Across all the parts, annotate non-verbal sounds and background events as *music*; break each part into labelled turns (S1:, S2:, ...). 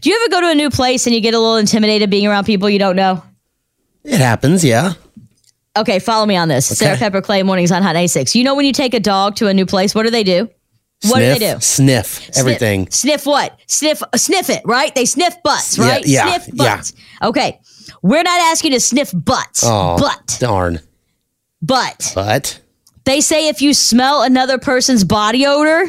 S1: Do you ever go to a new place and you get a little intimidated being around people you don't know?
S2: It happens, yeah.
S1: Okay, follow me on this. Sarah Pepper Clay mornings on Hot 96. You know when you take a dog to a new place, what do they do? What
S2: sniff,
S1: do they do?
S2: Sniff everything.
S1: Sniff, sniff what? Sniff sniff it, right? They sniff butts,
S2: Yeah,
S1: right?
S2: yeah,
S1: sniff
S2: yeah.
S1: butts. Okay. We're not asking you to sniff butts.
S2: Oh,
S1: but
S2: darn.
S1: but
S2: But
S1: they say if you smell another person's body odor,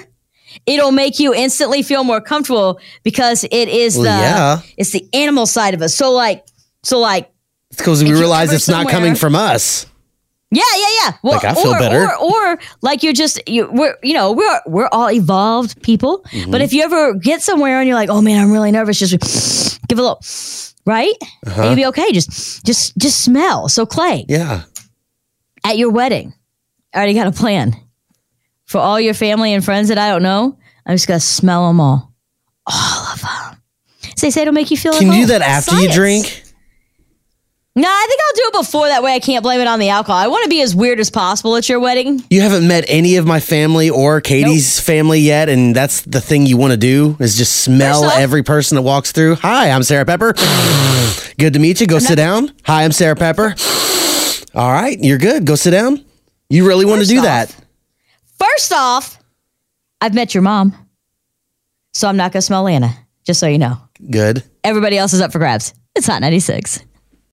S1: it'll make you instantly feel more comfortable because it is the
S2: Well, yeah.
S1: it's the animal side of us. So like so like
S2: it's because we
S1: you
S2: realize
S1: ever
S2: it's not
S1: somewhere-
S2: coming from us.
S1: Yeah, yeah, yeah. Well,
S2: Like, I feel
S1: or,
S2: better.
S1: Or, or like you're just you, we're you know we're we're all evolved people.
S2: Mm-hmm.
S1: But if you ever get somewhere and you're like, oh man, I'm really nervous, just give a little, right? And You'll be okay. Just just just smell. So Clay,
S2: Uh-huh. Yeah.
S1: at your wedding, I already got a plan for all your family and friends that I don't know. I'm just gonna smell them all, all of them. So they say it'll make you feel. at
S2: Can you do
S1: home.
S2: that after you
S1: Science.
S2: drink?
S1: No, I think I'll do it before. That way, I can't blame it on the alcohol. I want to be as weird as possible at your wedding.
S2: You haven't met any of my family or Katie's family yet, and that's the thing you want to do is just smell
S1: First off-
S2: every person that walks through. Hi, I'm
S1: *laughs*
S2: Sarah Pepper. good to meet you. Go sit down. Hi, I'm Sarah Pepper. All right, you're good. Go sit down. You really want to
S1: First
S2: do
S1: off-
S2: that?
S1: First off, I've met your mom, so I'm not going to smell Lana, just so you know.
S2: Good.
S1: Everybody else is up for grabs. It's Hot 96.